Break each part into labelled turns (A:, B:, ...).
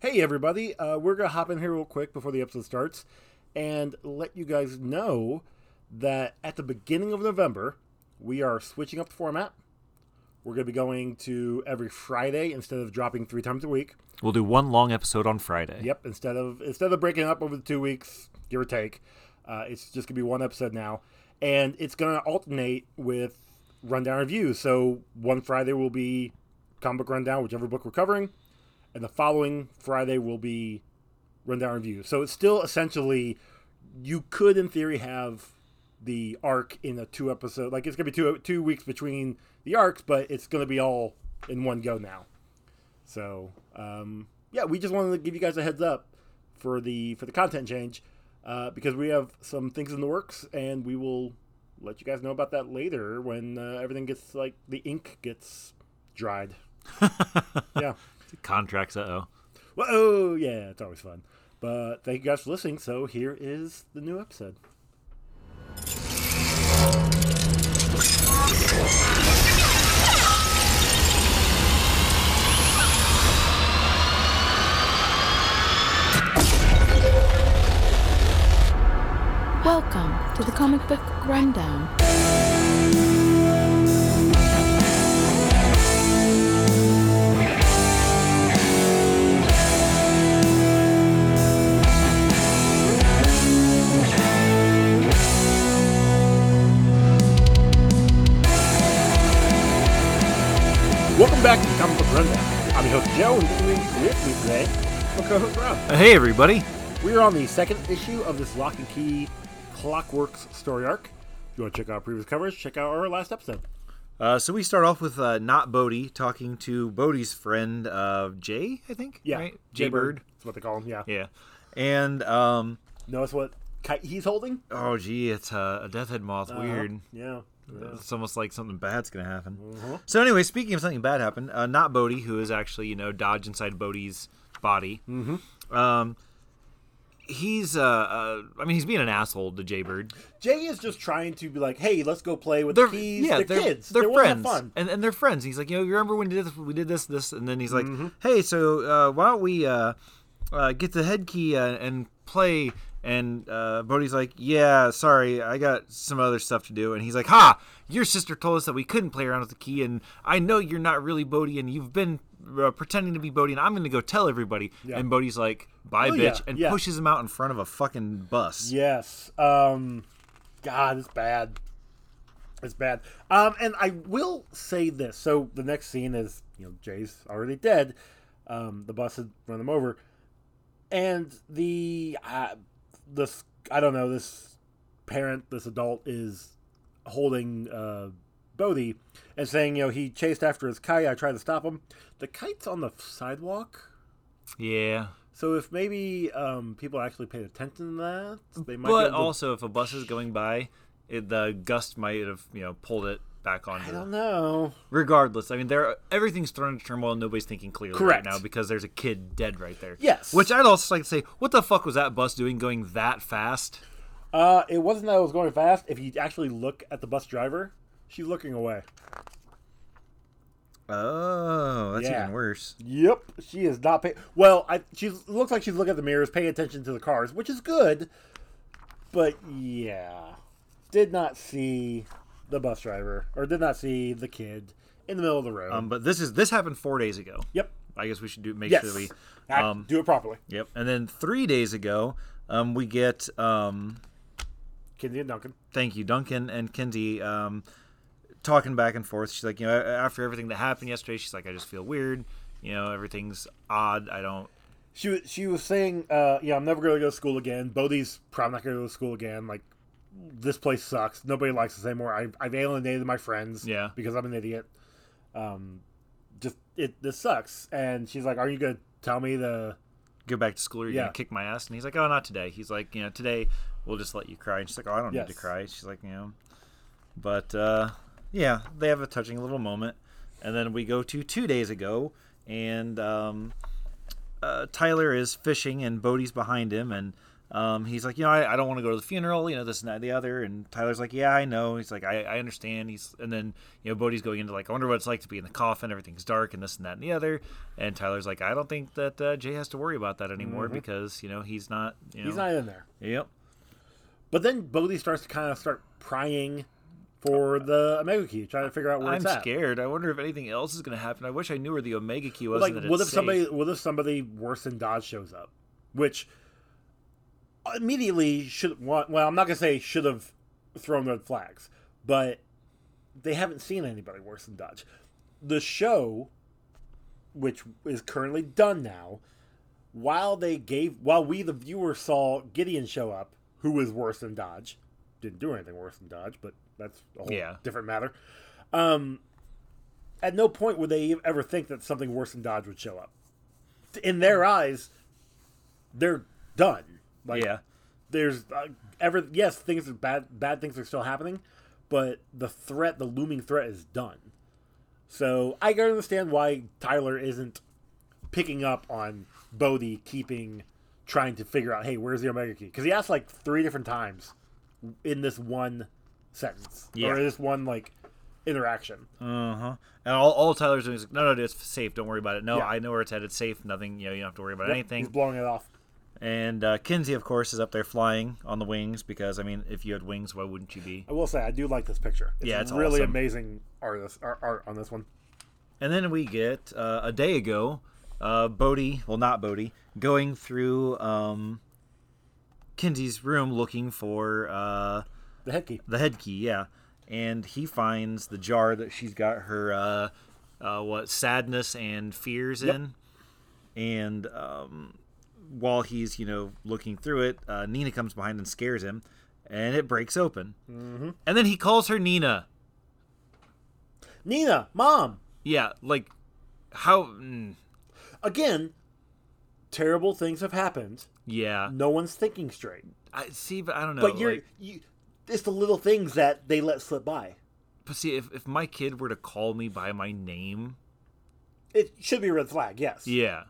A: Hey, everybody. Uh, we're going to hop in here real quick before the episode starts and let you guys know that at the beginning of November, we are switching up the format. We're going to be going to every Friday instead of dropping three times a week.
B: We'll do one long episode on Friday.
A: Yep, instead of instead of breaking up over the two weeks, give or take, uh, it's just gonna be one episode now, and it's gonna alternate with rundown reviews. So one Friday will be comic book rundown, whichever book we're covering, and the following Friday will be rundown review. So it's still essentially you could in theory have the arc in a two episode like it's gonna be two two weeks between the arcs, but it's gonna be all in one go now. So um, yeah, we just wanted to give you guys a heads up for the for the content change uh, because we have some things in the works, and we will let you guys know about that later when uh, everything gets like the ink gets dried. yeah.
B: Contracts, uh oh.
A: Whoa, yeah, it's always fun. But thank you guys for listening. So here is the new episode.
C: Welcome to the Comic Book Rundown.
A: Welcome back to the Comic Book Rundown. I'm your host Joe, and with me- with me today, my co-host Rob.
B: Uh, Hey, everybody.
A: We are on the second issue of this Lock and Key Clockworks story arc. If you want to check out previous covers, check out our last episode.
B: Uh, so we start off with uh, not Bodhi talking to Bodhi's friend uh, Jay, I think.
A: Yeah,
B: right? Jay Bird.
A: That's what they call him. Yeah.
B: Yeah, and um,
A: Notice what kite he's holding.
B: oh gee, it's uh, a death head moth. Weird.
A: Yeah.
B: It's almost like something bad's gonna happen. So anyway, speaking of something bad happened, uh, not Bodhi, who is actually you know Dodge inside Bodhi's body. Mm-hmm. Um, he's uh, uh, I mean he's being an asshole to Jaybird.
A: Jay is just trying to be like, "Hey, let's go play with
B: They're
A: the keys.
B: yeah,
A: they're,
B: they're
A: kids.
B: They're
A: wanna
B: friends,
A: Have fun.
B: and and they're friends. He's like, you know, you remember when we did this, we did this, this, and then he's like,
A: Mm-hmm.
B: hey, so uh, why don't we uh, uh, get the head key uh, and play? And uh, Bodhi's like, yeah, sorry, I got some other stuff to do. And he's like, ha, your sister told us that we couldn't play around with the key, and I know you're not really Bodhi, and you've been uh, pretending to be Bodhi, and I'm going to go tell everybody. And Bodhi's like, bye,
A: Oh,
B: bitch,
A: yeah,
B: and
A: yeah.
B: pushes him out in front of a fucking bus.
A: Yes. Um, God, it's bad. It's bad. Um, and I will say this. So the next scene is, you know, Jay's already dead. Um, the bus had run them over, and the uh, this I don't know this parent, this adult is holding uh, Bodhi and saying, you know, he chased after his kite. I tried to stop him. The kite's on the sidewalk.
B: Yeah.
A: So if maybe um, people actually paid attention to that, they might. be
B: But
A: able to-
B: also, if a bus is going by, it, the gust might have you know pulled it back onto.
A: I
B: the-
A: don't know.
B: Regardless, I mean, there everything's thrown into turmoil. and Nobody's thinking clearly
A: Correct.
B: right now because there's a kid dead right there.
A: Yes.
B: Which I'd also like to say, what the fuck was that bus doing going that fast?
A: Uh, it wasn't that I was going fast. If you actually look at the bus driver, she's looking away.
B: Oh, that's
A: Yeah.
B: even worse.
A: Yep, she is not paying. Well, I she looks like she's looking at the mirrors, paying attention to the cars, which is good. But yeah, did not see the bus driver or did not see the kid in the middle of the road.
B: Um, but this is this happened four days ago.
A: yep.
B: I guess we should do make
A: Yes.
B: sure we.
A: Ah,
B: Um,
A: do it properly.
B: Yep. And then three days ago, um, we get um,
A: Kinsey and Duncan.
B: thank you, Duncan and Kinsey, um, talking back and forth. She's like, you know, after everything that happened yesterday, she's like, I just feel weird. You know, everything's odd. I don't.
A: she was she was saying, uh, "Yeah, I'm never going to go to school again. Bodhi's probably not going to go to school again. Like, this place sucks. Nobody likes us anymore. I've, I've alienated my friends.
B: Yeah.
A: because I'm an idiot. Um, just it this sucks." And she's like, "Are you going to tell me the?"
B: go back to school. You're
A: Yeah.
B: gonna kick my ass. And he's like, oh, not today. He's like, you know, today we'll just let you cry. And she's like, oh, I don't need
A: Yes.
B: to cry. She's like, you know, but uh, yeah, they have a touching little moment. And then we go to two days ago, and um, uh, Tyler is fishing, and Bodhi's behind him, and Um, he's like, you know, I, I don't want to go to the funeral, you know, this and that, and the other. And Tyler's like, yeah, I know. He's like, I, I understand. He's and then you know, Bodie's going into like, I wonder what it's like to be in the coffin. Everything's dark and this and that and the other. And Tyler's like, I don't think that uh, Jay has to worry about that anymore because you know he's not. You know,
A: Mm-hmm. He's not in there.
B: Yep.
A: But then Bodhi starts to kind of start prying for the Omega Key, trying to figure out where
B: I'm
A: it's at.
B: scared. I wonder if anything else is going to happen. I wish I knew where the Omega Key was.
A: Like,
B: and that
A: what if
B: it's safe.
A: somebody, what if somebody worse than Dodge shows up, which immediately should want. Well, I'm not gonna say should have thrown red flags, but they haven't seen anybody worse than Dodge. The show, which is currently done now, while they gave, while we the viewer saw Gideon show up, who was worse than Dodge, didn't do anything worse than Dodge, but that's a whole
B: Yeah.
A: different matter. Um, at no point would they ever think that something worse than Dodge would show up. In their eyes, they're done. Like,
B: yeah.
A: there's uh, ever yes things are bad bad things are still happening but the threat the looming threat is done so i can understand why tyler isn't picking up on bodhi keeping trying to figure out hey where's the omega key because he asked like three different times in this one sentence
B: Yeah.
A: or this one like interaction
B: Uh huh. And all, all Tyler's doing is like, no, no, dude, it's safe. Don't worry about it. No,
A: Yeah.
B: I know where it's headed. Safe. Nothing. You know, you don't have to worry about anything.
A: he's blowing it off
B: And uh, Kinsey, of course, is up there flying on the wings because, I mean, if you had wings, why wouldn't you be?
A: i will say i do like this picture it's
B: Yeah, it's
A: really
B: awesome.
A: amazing artist art, art on this one
B: And then we get uh, a day ago, uh, Bodie, well, not Bodie, going through um, Kinsey's room looking for uh,
A: the head key
B: the head key, yeah. And he finds the jar that she's got her uh, uh, what sadness and fears in. And um, while he's you know looking through it, uh, Nina comes behind and scares him, and it breaks open. Mm-hmm. And then he calls her Nina.
A: nina mom
B: Yeah, like how? Mm,
A: again, terrible things have happened.
B: yeah,
A: No one's thinking straight.
B: I see, but I don't know.
A: But you're
B: Uh, like-
A: you. It's the little things that they let slip by.
B: but see, if if my kid were to call me by my name,
A: It should be a red flag. Yes.
B: yeah.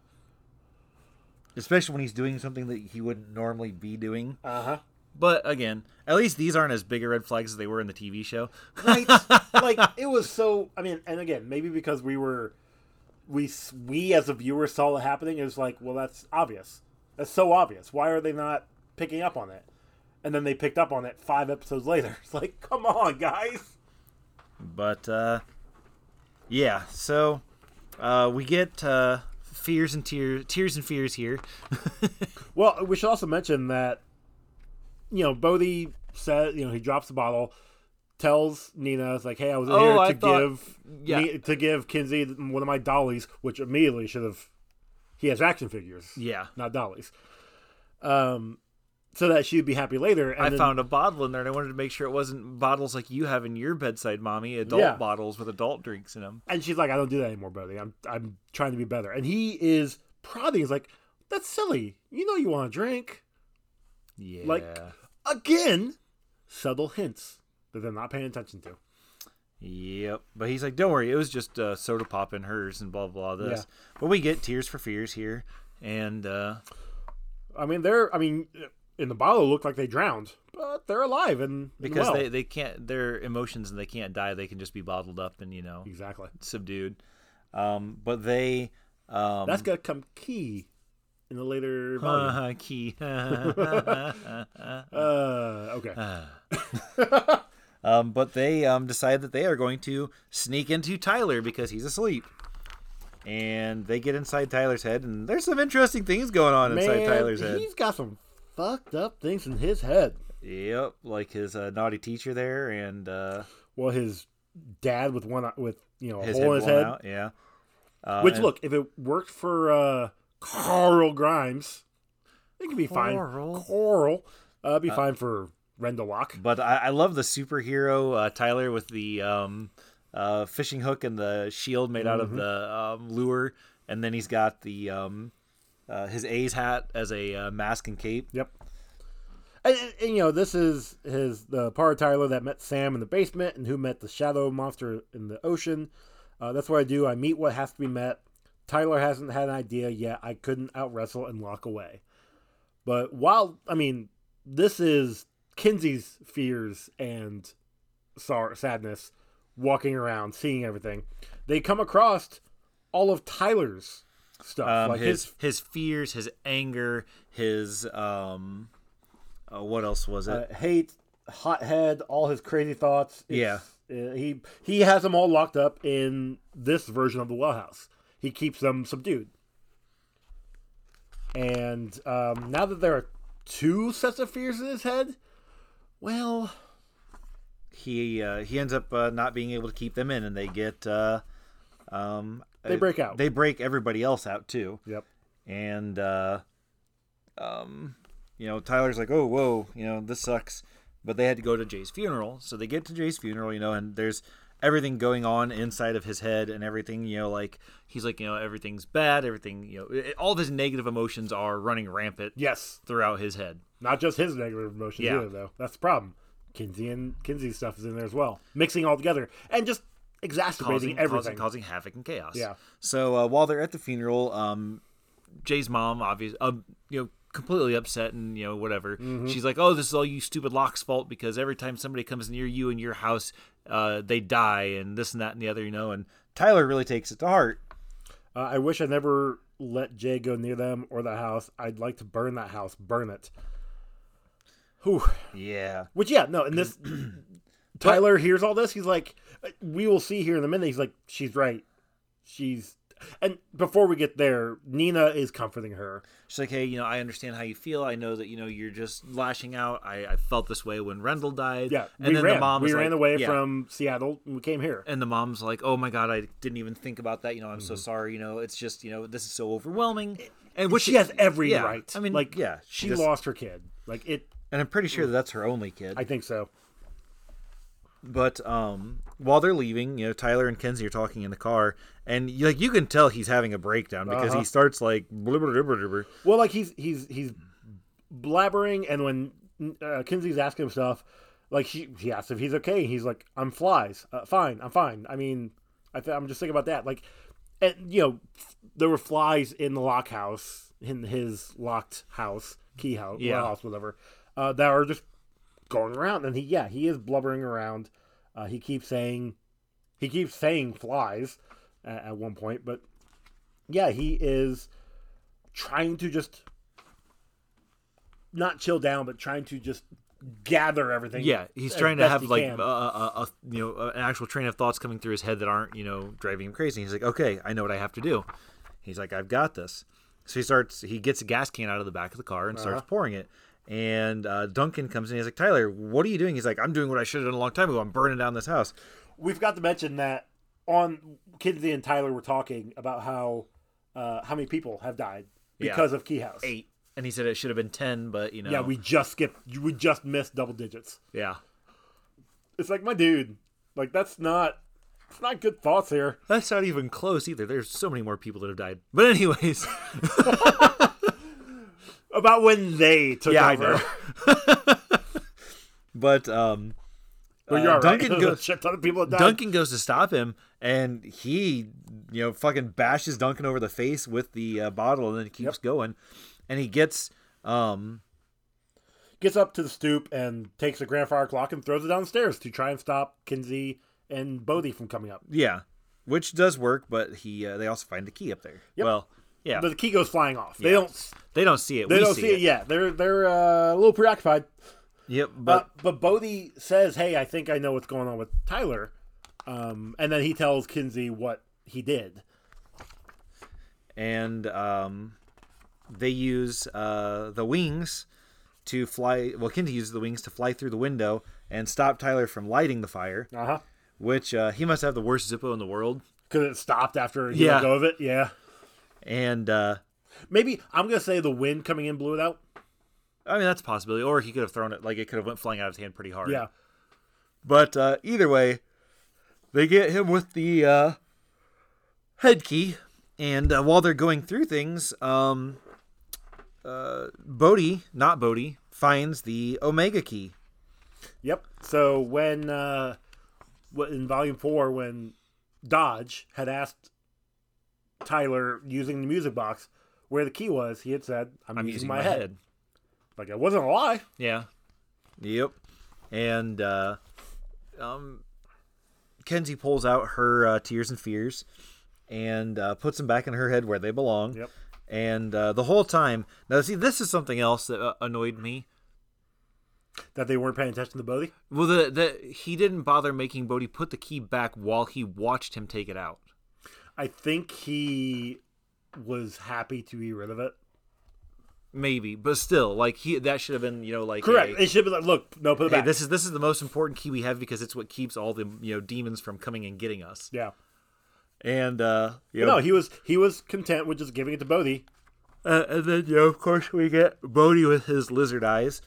B: Especially when he's doing something that he wouldn't normally be doing.
A: Uh huh.
B: But again, at least these aren't as big a red flags as they were in the TV show.
A: Right. like it was so. I mean, and again, maybe because we were, we s- we as a viewer saw it happening. It was like, well, that's obvious. That's so obvious. Why are they not picking up on it? And then they picked up on it five episodes later. It's like, come on, guys.
B: But uh, yeah, so uh, we get uh, fears and tears, tears and fears here.
A: Well, we should also mention that you know Bodhi said you know he drops the bottle, tells Nina it's like, "Hey, I was in
B: Oh,
A: here to
B: I thought-
A: give
B: yeah.
A: Ni- to give Kinsey one of my dollies, which immediately should have he has action figures,
B: yeah,
A: not dollies, um, so that she'd be happy later." And
B: I
A: then-
B: found a bottle in there, and I wanted to make sure it wasn't bottles like you have in your bedside, mommy. Adult
A: Yeah.
B: bottles with adult drinks in them.
A: and she's like, "I don't do that anymore, Bodhi. I'm I'm trying to be better." And he is prodding. He's like, "That's silly. You know you want to drink."
B: Yeah,
A: Like- Again, subtle hints that they're not paying attention to.
B: Yep. But he's like, don't worry, it was just uh, soda pop in hers and blah blah blah, this. But we get tears for fears here, and uh,
A: I mean, they're. I mean, in the bottle, it looked like they drowned, but they're alive and and
B: because
A: well.
B: they, they can't their emotions and they can't die, they can just be bottled up and you know
A: exactly.
B: subdued. Um, but they um,
A: That's gonna come key in the later volume.
B: uh, key.
A: Uh, okay.
B: Uh, um, but they um, decide that they are going to sneak into Tyler because he's asleep. And they get inside Tyler's head, and there's some interesting things going on inside
A: Man,
B: Tyler's head.
A: he's got some fucked up things in his head.
B: Yep, like his uh, naughty teacher there, and uh,
A: Well, his dad with one eye- with you know a
B: his
A: hole in
B: head
A: his
B: blown
A: head.
B: out. Yeah, uh,
A: Which
B: and-
A: look, if it worked for uh, Carl Grimes, it could be
B: Carl?
A: fine. Coral, uh, it'd be fine for Rendell Locke.
B: But I, I love the superhero uh, Tyler with the um, uh, fishing hook and the shield made
A: Mm-hmm.
B: out of the um, lure, and then he's got the um, uh, his A's hat as a uh, mask and cape.
A: Yep. And, and- and, you know, this is his the part of Tyler that met Sam in the basement, and who met the shadow monster in the ocean. Uh, that's what I do. I meet what has to be met. Tyler hasn't had an idea yet. I couldn't out wrestle and lock away. But while I mean, this is Kinsey's fears and sor- sadness, walking around, seeing everything. They come across all of Tyler's stuff,
B: Um,
A: like
B: his,
A: his,
B: his fears, his anger, his um, uh, what else was it?
A: uh, hate, hothead, all his crazy thoughts.
B: Yeah.
A: uh, he he has them all locked up in this version of the well house. He keeps them subdued. And um, now that there are two sets of fears in his head, well,
B: he uh, he ends up uh, not being able to keep them in, and they get uh, um,
A: They
B: uh,
A: break out.
B: They break everybody else out too,
A: yep.
B: and uh, um, you know Tyler's like, oh whoa, you know this sucks, but they had to go to Jay's funeral, so they get to Jay's funeral, you know, and there's everything going on inside of his head and everything you know like he's like you know everything's bad everything you know it, all of his negative emotions are running rampant
A: Yes,
B: throughout his head
A: Not just his negative emotions
B: Yeah.
A: either, though. That's the problem. Kinsey and Kinsey's stuff is in there as well, mixing all together and just exacerbating
B: causing
A: everything.
B: causing, causing havoc and chaos.
A: Yeah.
B: So uh, while they're at the funeral, um, Jay's mom, obviously, um, you know, completely upset and you know whatever.
A: Mm-hmm.
B: She's like, "Oh, this is all you stupid Locke's fault because every time somebody comes near you and your house, uh, they die and this and that and the other." You know, and Tyler really takes it to heart.
A: Uh, I wish I never let Jay go near them or the house. I'd like to burn that house, burn it. Whew.
B: Yeah.
A: Which, yeah, no. And this, Tyler hears all this. He's like, uh, "We will see here in a minute." He's like, "She's right. She's." And before we get there, Nina is comforting her.
B: She's like, hey, you know, I understand how you feel. I know that you know you're just lashing out. I, I felt this way when Rendell died.
A: Yeah,
B: and
A: we
B: then
A: ran.
B: the mom
A: we
B: is
A: ran
B: like-
A: away
B: yeah.
A: from Seattle and we came here.
B: and the mom's like, "Oh my god, I didn't even think about that. You know, I'm
A: Mm-hmm.
B: so sorry. You know, it's just you know, this is so overwhelming." And which
A: she has every
B: yeah,
A: right.
B: I mean,
A: like,
B: yeah,
A: she
B: just-
A: lost her kid. Like it,
B: and I'm pretty sure that that's her only kid.
A: I think so.
B: but um, while they're leaving, you know, Tyler and Kenzie are talking in the car, and you, like you can tell he's having a breakdown because
A: Uh-huh.
B: he starts like blubber, blubber, blubber.
A: Well, like he's he's he's blabbering, and when uh, Kinsey's asking him stuff, like she he asks if he's okay, he's like, "I'm flies, uh, fine, I'm fine." I mean, I th- I'm just thinking about that. Like, and you know, there were flies in the lock house, in his locked house, key house, well
B: Yeah.
A: house, whatever, uh, that are just going around, and he yeah, he is blubbering around. Uh, he keeps saying, he keeps saying flies uh, at one point, but yeah, he is trying to just not chill down, but trying to just gather everything.
B: Yeah, he's
A: as
B: trying to
A: best
B: have
A: he
B: like uh, a,
A: can.
B: a, a, a- you know a- an actual train of thoughts coming through his head that aren't you know driving him crazy. He's like, okay, I know what I have to do. He's like, I've got this. So he starts. He gets a gas can out of the back of the car and
A: Uh-huh.
B: starts pouring it. And uh, Duncan comes in. He's like, Tyler, what are you doing? He's like, I'm doing what I should have done a long time ago. I'm burning down this house.
A: we forgot to mention that on Kinsey and Tyler were talking about how uh, how many people have died
B: Yeah.
A: because of Key House.
B: Eight. And he said it should have been ten, but you know,
A: Yeah, we just skipped. We just missed double digits.
B: yeah.
A: It's like my dude. Like that's not. It's not good thoughts here.
B: That's not even close either. There's so many more people that have died. But anyways,
A: About when they took
B: Yeah, I
A: over.
B: know. but um,
A: But you're
B: Uh,
A: all right.
B: Duncan
A: There's
B: go-
A: a shit ton of people that died.
B: Duncan goes to stop him, and he, you know, fucking bashes Duncan over the face with the uh, bottle, and then he keeps going, and he gets, um,
A: gets up to the stoop and takes the grandfather clock and throws it downstairs to try and stop Kinsey and Bodhi from coming up.
B: yeah, which does work, but he, uh, they also find the key up there.
A: Yep.
B: Well, yeah,
A: But the key goes flying off. They don't.
B: they don't see it.
A: They
B: we
A: don't see it. yet. Uh, They're they're uh, a little preoccupied.
B: Yep, but
A: But but Bodhi says, "Hey, I think I know what's going on with Tyler," um, and then he tells Kinsey what he did.
B: and um, they use uh, the wings to fly. Well, Kinsey uses the wings to fly through the window and stop Tyler from lighting the fire,
A: Uh huh.
B: which uh, he must have the worst Zippo in the world.
A: Because it stopped after he
B: Yeah.
A: let go of it. Yeah.
B: And uh,
A: Maybe I'm gonna say the wind coming in blew it out.
B: I mean, that's a possibility. Or he could have thrown it, like it could have went flying out of his hand pretty hard.
A: Yeah.
B: But uh, either way, they get him with the uh, head key. And uh, while they're going through things, um, uh, Bodhi, not Bodhi, finds the Omega key.
A: Yep. So when uh, wh- in volume four, when Dodge had asked Tyler using the music box where the key was, he had said, "I'm, using, my, head. Like that wasn't a lie.
B: Yeah. Yep. And uh, um, Kenzie pulls out her uh, tears and fears and uh, puts them back in her head where they belong.
A: Yep.
B: And uh, the whole time, now see, this is something else that uh, annoyed me.
A: That they weren't paying attention to Bodhi.
B: Well, the, the he didn't bother making Bodhi put the key back while he watched him take it out.
A: I think he was happy to be rid of it.
B: Maybe, but still, like he that should have been, you know, like
A: Correct.
B: a-
A: It should be like, look, no, put it
B: hey,
A: back.
B: this is this is the most important key we have because it's what keeps all the you know demons from coming and getting us.
A: yeah.
B: And uh, you
A: No,
B: know,
A: he was he was content with just giving it to Bodhi.
B: Uh, and then, you know, of course, we get Bodhi with his lizard eyes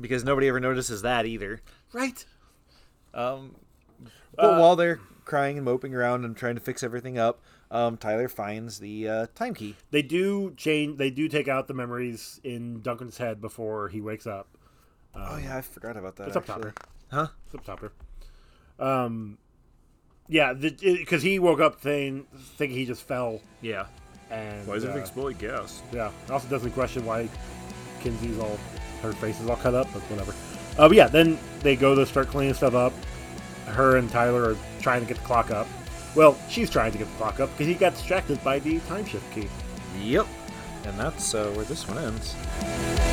B: because nobody ever notices that either.
A: Right.
B: Um, uh, but while they're crying and moping around and trying to fix everything up, um, Tyler finds the uh, time key.
A: They do change. They do take out the memories in Duncan's head before he wakes up.
B: oh, yeah, I forgot about that.
A: It's up
B: actually.
A: topper.
B: Huh?
A: It's up topper. Um, yeah, because he woke up saying thinking he just fell,
B: Yeah.
A: and uh,
B: explode gas?
A: Yeah. It also doesn't question why Kinsey's all her face is all cut up, but whatever. Uh, but yeah, then they go to start cleaning stuff up. Her and Tyler are trying to get the clock up. Well, she's trying to get the clock up because he got distracted by the time shift key.
B: Yep. And that's uh, where this one ends.